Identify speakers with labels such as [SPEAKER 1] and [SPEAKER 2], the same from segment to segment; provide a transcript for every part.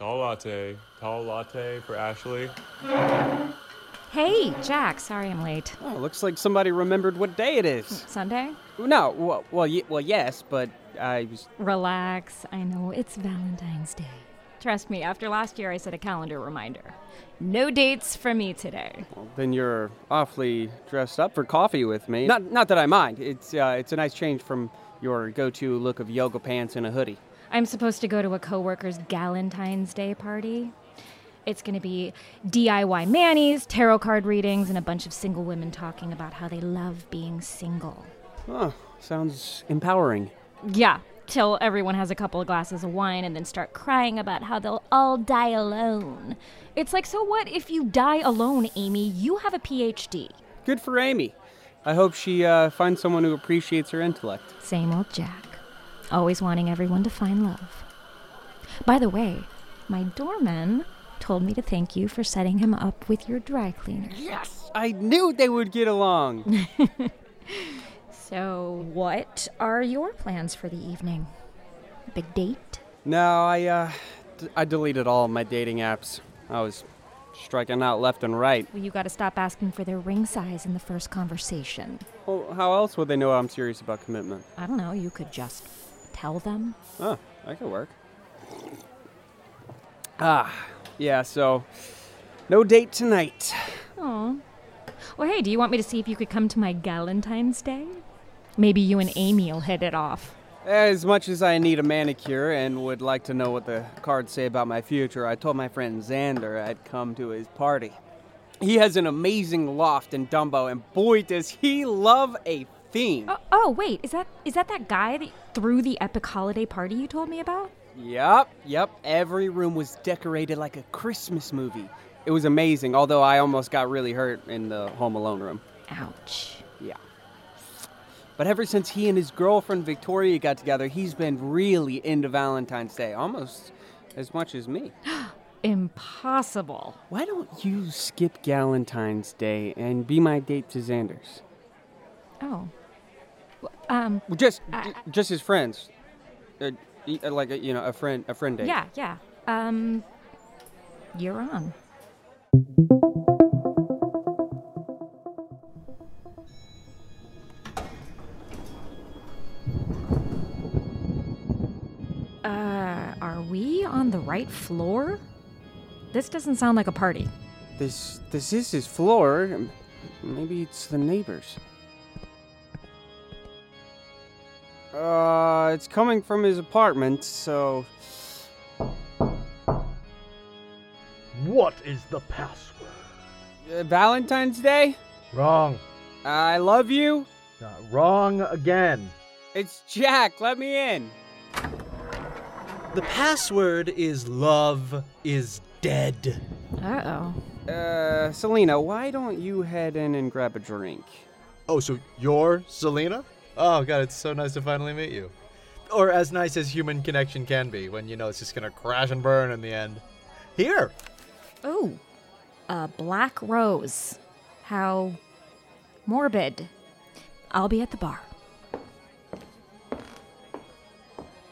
[SPEAKER 1] latte. Tall latte for Ashley.
[SPEAKER 2] Hey, Jack. Sorry I'm late.
[SPEAKER 3] Oh, looks like somebody remembered what day it is.
[SPEAKER 2] Sunday?
[SPEAKER 3] No, well, well, y- well yes, but I was.
[SPEAKER 2] Relax. I know it's Valentine's Day. Trust me, after last year, I set a calendar reminder. No dates for me today.
[SPEAKER 3] Well, then you're awfully dressed up for coffee with me. Not, not that I mind. It's, uh, it's a nice change from your go-to look of yoga pants and a hoodie.
[SPEAKER 2] I'm supposed to go to a coworker's Galentine's Day party. It's going to be DIY manis, tarot card readings, and a bunch of single women talking about how they love being single.
[SPEAKER 3] Oh, sounds empowering.
[SPEAKER 2] Yeah, till everyone has a couple of glasses of wine and then start crying about how they'll all die alone. It's like, so what if you die alone, Amy? You have a PhD.
[SPEAKER 3] Good for Amy. I hope she uh, finds someone who appreciates her intellect.
[SPEAKER 2] Same old Jack, always wanting everyone to find love. By the way, my doorman told me to thank you for setting him up with your dry cleaner.
[SPEAKER 3] Yes! I knew they would get along.
[SPEAKER 2] So, what are your plans for the evening? Big date?
[SPEAKER 3] no, I, uh, d- I deleted all my dating apps. I was striking out left and right.
[SPEAKER 2] Well, you gotta stop asking for their ring size in the first conversation.
[SPEAKER 3] Well, how else would they know I'm serious about commitment?
[SPEAKER 2] I don't know, you could just tell them.
[SPEAKER 3] Oh, that could work. Ah, yeah, so no date tonight.
[SPEAKER 2] Oh. Well, hey, do you want me to see if you could come to my Galentine's Day? Maybe you and Amy will hit it off.
[SPEAKER 3] As much as I need a manicure and would like to know what the cards say about my future, I told my friend Xander I'd come to his party. He has an amazing loft in Dumbo, and boy, does he love a theme.
[SPEAKER 2] Oh, oh wait, is that is that that guy that threw the epic holiday party you told me about?
[SPEAKER 3] Yep, yep. Every room was decorated like a Christmas movie. It was amazing, although I almost got really hurt in the Home Alone room.
[SPEAKER 2] Ouch.
[SPEAKER 3] Yeah. But ever since he and his girlfriend Victoria got together, he's been really into Valentine's Day, almost as much as me.
[SPEAKER 2] Impossible.
[SPEAKER 3] Why don't you skip Galentine's Day and be my date to Xander's?
[SPEAKER 2] Oh. Well, Um,
[SPEAKER 3] Well, just, j- just as friends, uh, y- uh, like a, you know, a friend, a friend date.
[SPEAKER 2] yeah, yeah. Um, you're on. Uh, are we on the right floor? This doesn't sound like a party.
[SPEAKER 3] This, this is his floor. M- Maybe it's the neighbors. Uh, it's coming from his apartment, so
[SPEAKER 4] What is the password?
[SPEAKER 3] uh, Valentine's Day.
[SPEAKER 4] Wrong.
[SPEAKER 3] I love you.
[SPEAKER 4] Uh, wrong again.
[SPEAKER 3] It's Jack. Let me in.
[SPEAKER 5] The password is love is dead.
[SPEAKER 2] Uh oh.
[SPEAKER 3] Uh, Selena, why don't you head in and grab a drink?
[SPEAKER 5] Oh, so you're Selena? Oh, God, it's so nice to finally meet you. Or as nice as human connection can be when you know it's just gonna crash and burn in the end. Here!
[SPEAKER 2] Ooh, a black rose. How morbid. I'll be at the bar.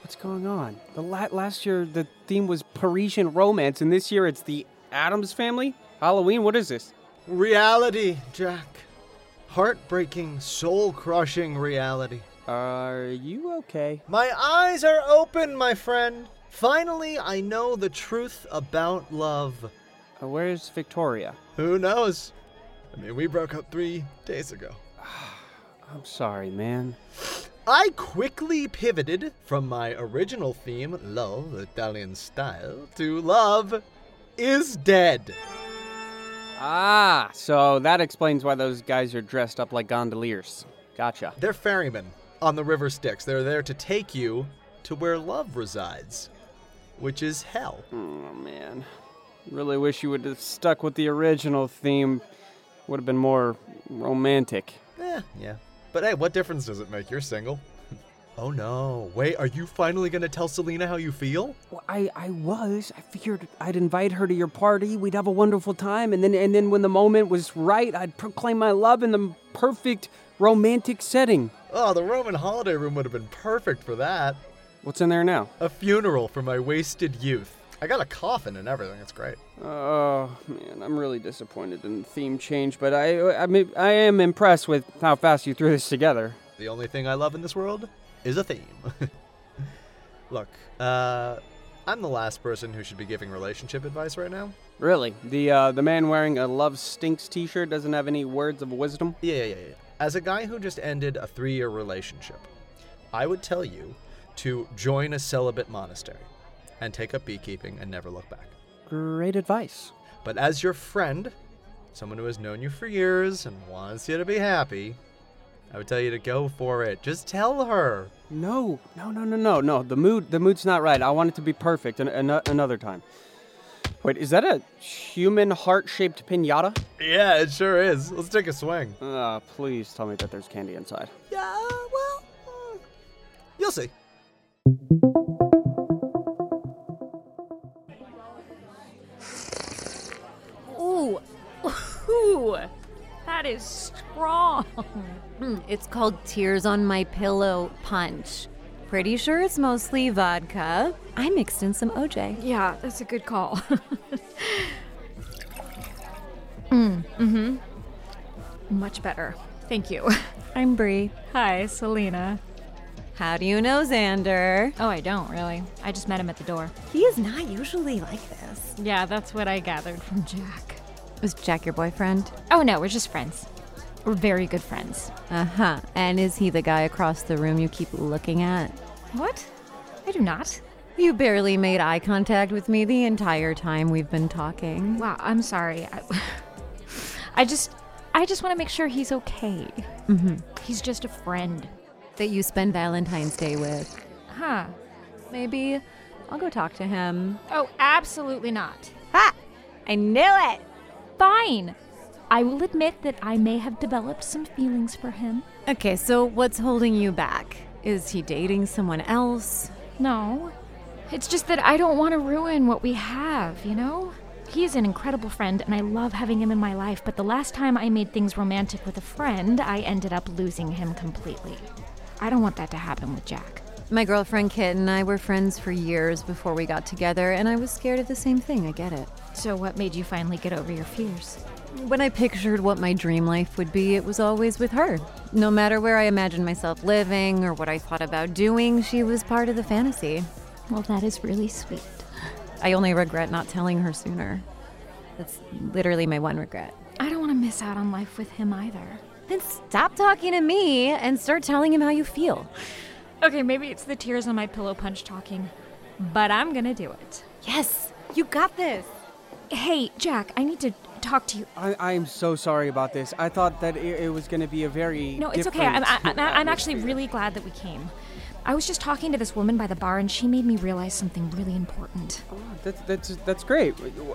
[SPEAKER 3] What's going on? The la- last year the theme was Parisian romance, and this year it's the Adams family. Halloween. What is this?
[SPEAKER 5] Reality, Jack. Heartbreaking, soul crushing reality.
[SPEAKER 3] Are you okay?
[SPEAKER 5] My eyes are open, my friend. Finally, I know the truth about love.
[SPEAKER 3] Uh, where's Victoria?
[SPEAKER 5] Who knows? I mean, we broke up three days ago.
[SPEAKER 3] I'm sorry, man.
[SPEAKER 5] I quickly pivoted from my original theme, love, Italian style, to love is dead.
[SPEAKER 3] Ah, so that explains why those guys are dressed up like gondoliers. Gotcha.
[SPEAKER 5] They're ferrymen on the River Styx. They're there to take you to where love resides, which is hell.
[SPEAKER 3] Oh man, really wish you would have stuck with the original theme. Would have been more romantic.
[SPEAKER 5] Eh, yeah. But hey, what difference does it make? You're single. oh no. Wait, are you finally gonna tell Selena how you feel?
[SPEAKER 3] Well, I, I was. I figured I'd invite her to your party. We'd have a wonderful time, and then and then when the moment was right, I'd proclaim my love in the perfect romantic setting.
[SPEAKER 5] Oh, the Roman holiday room would have been perfect for that.
[SPEAKER 3] What's in there now?
[SPEAKER 5] A funeral for my wasted youth. I got a coffin and everything. It's great.
[SPEAKER 3] Oh man, I'm really disappointed in the theme change, but I I mean I am impressed with how fast you threw this together.
[SPEAKER 5] The only thing I love in this world is a theme. Look, uh, I'm the last person who should be giving relationship advice right now.
[SPEAKER 3] Really, the uh, the man wearing a "Love Stinks" T-shirt doesn't have any words of wisdom.
[SPEAKER 5] Yeah, yeah, yeah. yeah. As a guy who just ended a three year relationship, I would tell you to join a celibate monastery and take up beekeeping and never look back.
[SPEAKER 3] Great advice.
[SPEAKER 5] But as your friend, someone who has known you for years and wants you to be happy, I would tell you to go for it. Just tell her.
[SPEAKER 3] No, no, no, no, no, no. The mood the mood's not right. I want it to be perfect an, an, another time. Wait, is that a human heart-shaped pinata?
[SPEAKER 5] Yeah, it sure is. Let's take a swing.
[SPEAKER 3] Ah, please tell me that there's candy inside.
[SPEAKER 5] Yeah, well, uh, you'll see.
[SPEAKER 6] Ooh, ooh, that is strong.
[SPEAKER 2] Hmm,
[SPEAKER 7] It's called Tears on My Pillow Punch. Pretty sure it's mostly vodka. I mixed in some OJ.
[SPEAKER 6] Yeah, that's a good call.
[SPEAKER 2] Mm-hmm.
[SPEAKER 6] mm, hmm Much better. Thank you.
[SPEAKER 7] I'm Bree.
[SPEAKER 2] Hi, Selena.
[SPEAKER 7] How do you know Xander?
[SPEAKER 2] Oh, I don't really. I just met him at the door.
[SPEAKER 7] He is not usually like this.
[SPEAKER 2] Yeah, that's what I gathered from Jack.
[SPEAKER 7] Was Jack your boyfriend?
[SPEAKER 2] Oh no, we're just friends. We're very good friends.
[SPEAKER 7] Uh huh. And is he the guy across the room you keep looking at?
[SPEAKER 2] What? I do not.
[SPEAKER 7] You barely made eye contact with me the entire time we've been talking.
[SPEAKER 2] Wow, I'm sorry. I, I just, I just want to make sure he's okay. He's just a friend,
[SPEAKER 7] That you spend Valentine's Day with.
[SPEAKER 2] huh?
[SPEAKER 7] Maybe I'll go talk to him.
[SPEAKER 2] Oh, absolutely not.
[SPEAKER 7] Ha! I knew it!
[SPEAKER 2] Fine. I will admit that I may have developed some feelings for him.
[SPEAKER 7] Okay, so what's holding you back? Is he dating someone else?
[SPEAKER 2] No. It's just that I don't want to ruin what we have, you know? He's an incredible friend, and I love having him in my life, but the last time I made things romantic with a friend, I ended up losing him completely. I don't want that to happen with Jack.
[SPEAKER 7] My girlfriend Kit and I were friends for years before we got together, and I was scared of the same thing. I get it.
[SPEAKER 2] So, what made you finally get over your fears?
[SPEAKER 7] When I pictured what my dream life would be, it was always with her. No matter where I imagined myself living or what I thought about doing, she was part of the fantasy.
[SPEAKER 2] Well, that is really sweet.
[SPEAKER 7] I only regret not telling her sooner. That's literally my one regret.
[SPEAKER 2] I don't want to miss out on life with him either.
[SPEAKER 7] Then stop talking to me and start telling him how you feel.
[SPEAKER 2] Okay, maybe it's the tears on my pillow punch talking, but I'm gonna do it.
[SPEAKER 7] Yes, you got this.
[SPEAKER 2] Hey, Jack, I need to talk to you.
[SPEAKER 3] I, I'm so sorry about this. I thought that it, it was going to be a very
[SPEAKER 2] No, it's okay. I'm, I,
[SPEAKER 3] different
[SPEAKER 2] I'm, I'm actually
[SPEAKER 3] atmosphere.
[SPEAKER 2] really glad that we came. I was just talking to this woman by the bar, and she made me realize something really important.
[SPEAKER 3] That's, that's that's great.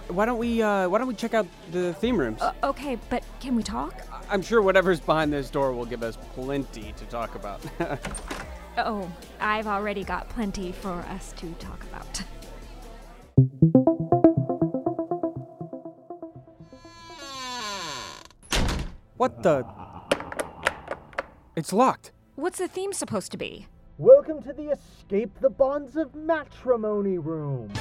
[SPEAKER 3] Why don't we uh, Why don't we check out the theme rooms?
[SPEAKER 2] Uh, okay, but can we talk?
[SPEAKER 3] I'm sure whatever's behind this door will give us plenty to talk about.
[SPEAKER 2] Oh, I've already got plenty for us to talk about.
[SPEAKER 3] what the? It's locked.
[SPEAKER 2] What's the theme supposed to be?
[SPEAKER 4] Welcome to the Escape the Bonds of Matrimony room.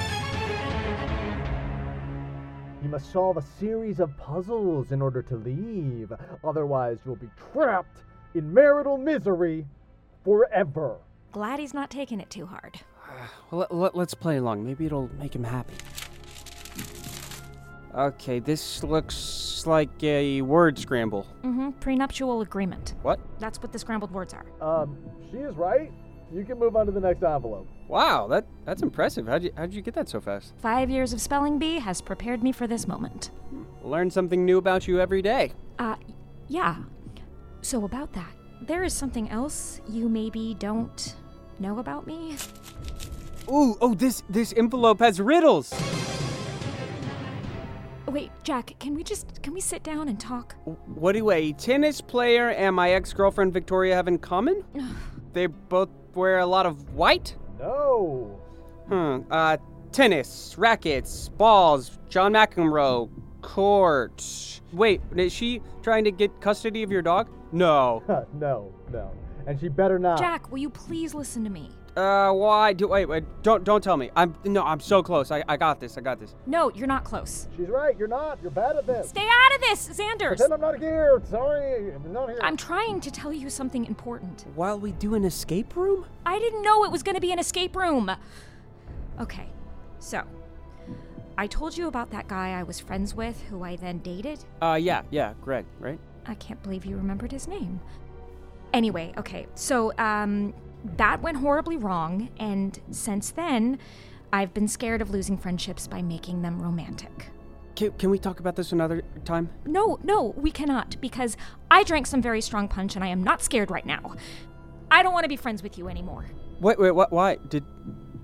[SPEAKER 4] You must solve a series of puzzles in order to leave, otherwise, you'll be trapped in marital misery forever.
[SPEAKER 2] Glad he's not taking it too hard.
[SPEAKER 3] Well, let, let, us play along. Maybe it'll make him happy. Okay, this looks like a word scramble.
[SPEAKER 2] Mm-hmm. Prenuptial agreement.
[SPEAKER 3] What?
[SPEAKER 2] That's what the scrambled words are.
[SPEAKER 4] Um, she is right. You can move on to the next envelope.
[SPEAKER 3] Wow, that that's impressive. How'd you, how'd you get that so fast?
[SPEAKER 2] Five years of spelling bee has prepared me for this moment.
[SPEAKER 3] Learn something new about you every day.
[SPEAKER 2] Uh, yeah. So, about that, there is something else you maybe don't know about me?
[SPEAKER 3] Ooh, oh, this this envelope has riddles.
[SPEAKER 2] Wait, Jack, can we just, can we sit down and talk?
[SPEAKER 3] What do a tennis player and my ex-girlfriend Victoria have in common? they both wear a lot of white.
[SPEAKER 4] No.
[SPEAKER 3] Hmm. Uh, tennis, rackets, balls, John McEnroe, court. Wait, is she trying to get custody of your dog? No.
[SPEAKER 4] no, no. And she better not.
[SPEAKER 5] Uh.
[SPEAKER 2] Jack, will you please listen to me?
[SPEAKER 3] Uh, why do wait wait don't don't tell me. I'm no, I'm so close. I, I got this. I got this.
[SPEAKER 2] No, you're not close.
[SPEAKER 4] She's right. You're not. You're bad at this.
[SPEAKER 2] Stay out of this, Xanders!
[SPEAKER 4] Then I'm not here. Sorry, I'm not here.
[SPEAKER 2] I'm trying to tell you something important.
[SPEAKER 3] While we do an escape room?
[SPEAKER 2] I didn't know it was going to be an escape room. Okay, so I told you about that guy I was friends with who I then dated.
[SPEAKER 3] Uh, yeah, yeah, Greg, right?
[SPEAKER 2] I can't believe you remembered his name. Anyway, okay, so um, that went horribly wrong, and since then, I've been scared of losing friendships by making them romantic.
[SPEAKER 3] Can, can we talk about this another time?
[SPEAKER 2] No, no, we cannot, because I drank some very strong punch and I am not scared right now. I don't want to be friends with you anymore.
[SPEAKER 3] Wait, wait, what? Why did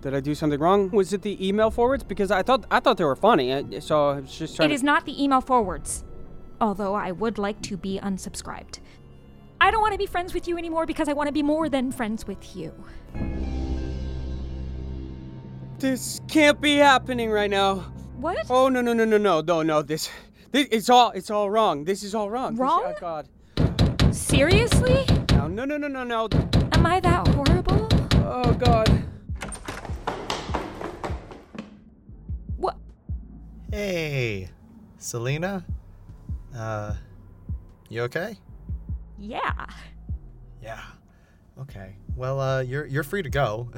[SPEAKER 3] did I do something wrong? Was it the email forwards? Because I thought I thought they were funny, I- so I was just trying.
[SPEAKER 2] It is not the email forwards, although I would like to be unsubscribed. I don't want to be friends with you anymore because I want to be more than friends with you.
[SPEAKER 3] To... This can't be happening right now.
[SPEAKER 2] What?
[SPEAKER 3] Oh no no no no no no no this, this it's all it's all wrong. This is all wrong. This-
[SPEAKER 2] Wrong?
[SPEAKER 3] oh God.
[SPEAKER 2] Seriously?
[SPEAKER 3] No no no no no no.
[SPEAKER 2] Am I that horrible?
[SPEAKER 3] Oh God.
[SPEAKER 2] What?
[SPEAKER 5] Hey, Selena. Uh, you okay?
[SPEAKER 2] Yeah.
[SPEAKER 5] Yeah. Okay. Well, uh, you're you're free to go,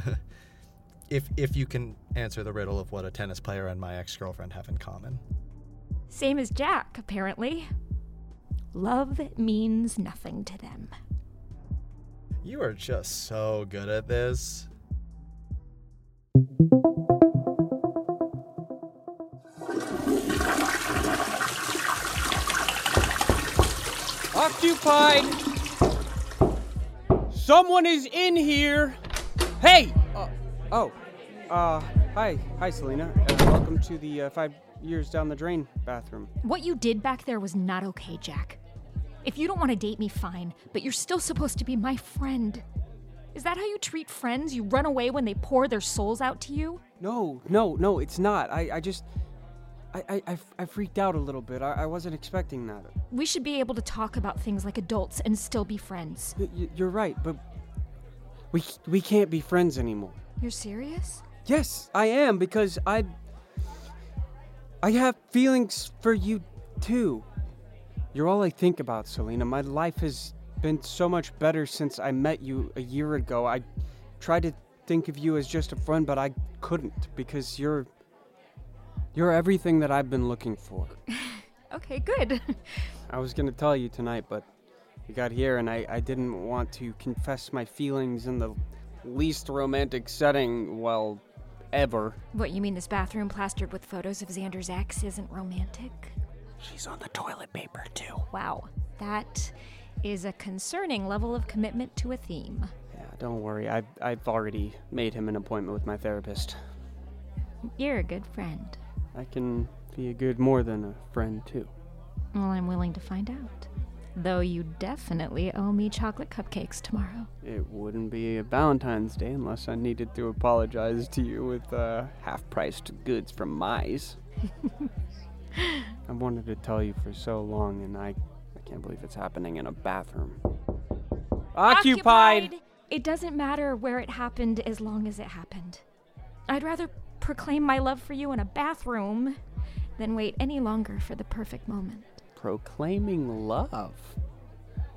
[SPEAKER 5] if if you can answer the riddle of what a tennis player and my ex-girlfriend have in common.
[SPEAKER 2] Same as Jack, apparently. Love means nothing to them.
[SPEAKER 5] You are just so good at this.
[SPEAKER 3] Occupied! Someone is in here! Hey! Uh, oh, uh, hi. Hi, Selena. Uh, welcome to the uh, five years down the drain bathroom.
[SPEAKER 2] What you did back there was not okay, Jack. If you don't want to date me, fine, but you're still supposed to be my friend. Is that how you treat friends? You run away when they pour their souls out to you?
[SPEAKER 3] No, no, no, it's not. I, I just. I, I, I, I freaked out a little bit. I, I wasn't expecting that.
[SPEAKER 2] We should be able to talk about things like adults and still be friends.
[SPEAKER 3] Y- y- you're right, but we, c- we can't be friends anymore.
[SPEAKER 2] You're serious?
[SPEAKER 3] Yes, I am, because I. I have feelings for you too. You're all I think about, Selena. My life has been so much better since I met you a year ago. I tried to think of you as just a friend, but I couldn't because you're. You're everything that I've been looking for.
[SPEAKER 2] Okay, good.
[SPEAKER 3] I was gonna tell you tonight, but you got here and I, I didn't want to confess my feelings in the least romantic setting, well, ever.
[SPEAKER 2] what, you mean this bathroom plastered with photos of Xander's ex isn't romantic?
[SPEAKER 3] She's on the toilet paper too.
[SPEAKER 2] Wow, that is a concerning level of commitment to a theme.
[SPEAKER 3] Yeah, don't worry. I've, I've already made him an appointment with my therapist.
[SPEAKER 2] You're a good friend.
[SPEAKER 3] I can be a good more than a friend, too.
[SPEAKER 2] Well, I'm willing to find out. Though you definitely owe me chocolate cupcakes tomorrow.
[SPEAKER 3] It wouldn't be a Valentine's Day unless I needed to apologize to you with uh, half priced goods from Mize. I wanted to tell you for so long, and I, I can't believe it's happening in a bathroom. Occupied!
[SPEAKER 2] It doesn't matter where it happened as long as it happened. I'd rather proclaim my love for you in a bathroom than wait any longer for the perfect moment.
[SPEAKER 3] Proclaiming love.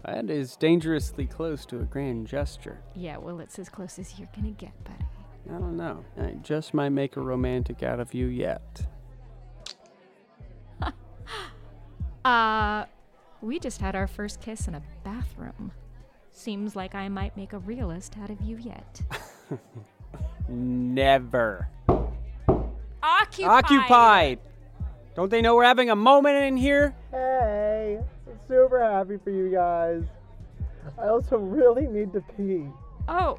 [SPEAKER 3] That is dangerously close to a grand gesture.
[SPEAKER 2] Yeah, well, it's as close as you're gonna get, buddy.
[SPEAKER 3] I don't know. I just might make a romantic out of you yet.
[SPEAKER 2] Uh, we just had our first kiss in a bathroom. Seems like I might make a realist out of you yet.
[SPEAKER 3] Never.
[SPEAKER 2] Occupied!
[SPEAKER 3] Occupied! Don't they know we're having a moment in here?
[SPEAKER 4] Hey, I'm super happy for you guys. I also really need to pee.
[SPEAKER 2] Oh,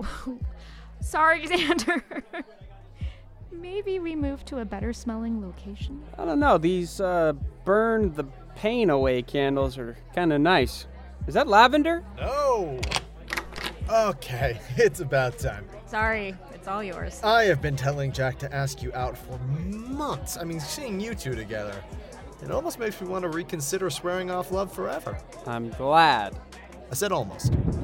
[SPEAKER 2] sorry, Xander. Maybe we move to a better smelling location.
[SPEAKER 3] I don't know. These uh, burn the pain away candles are kind of nice. Is that lavender?
[SPEAKER 5] No. Okay, it's about time.
[SPEAKER 6] Sorry, it's all yours.
[SPEAKER 5] I have been telling Jack to ask you out for months. I mean, seeing you two together, it almost makes me want to reconsider swearing off love forever.
[SPEAKER 3] I'm glad.
[SPEAKER 5] I said almost.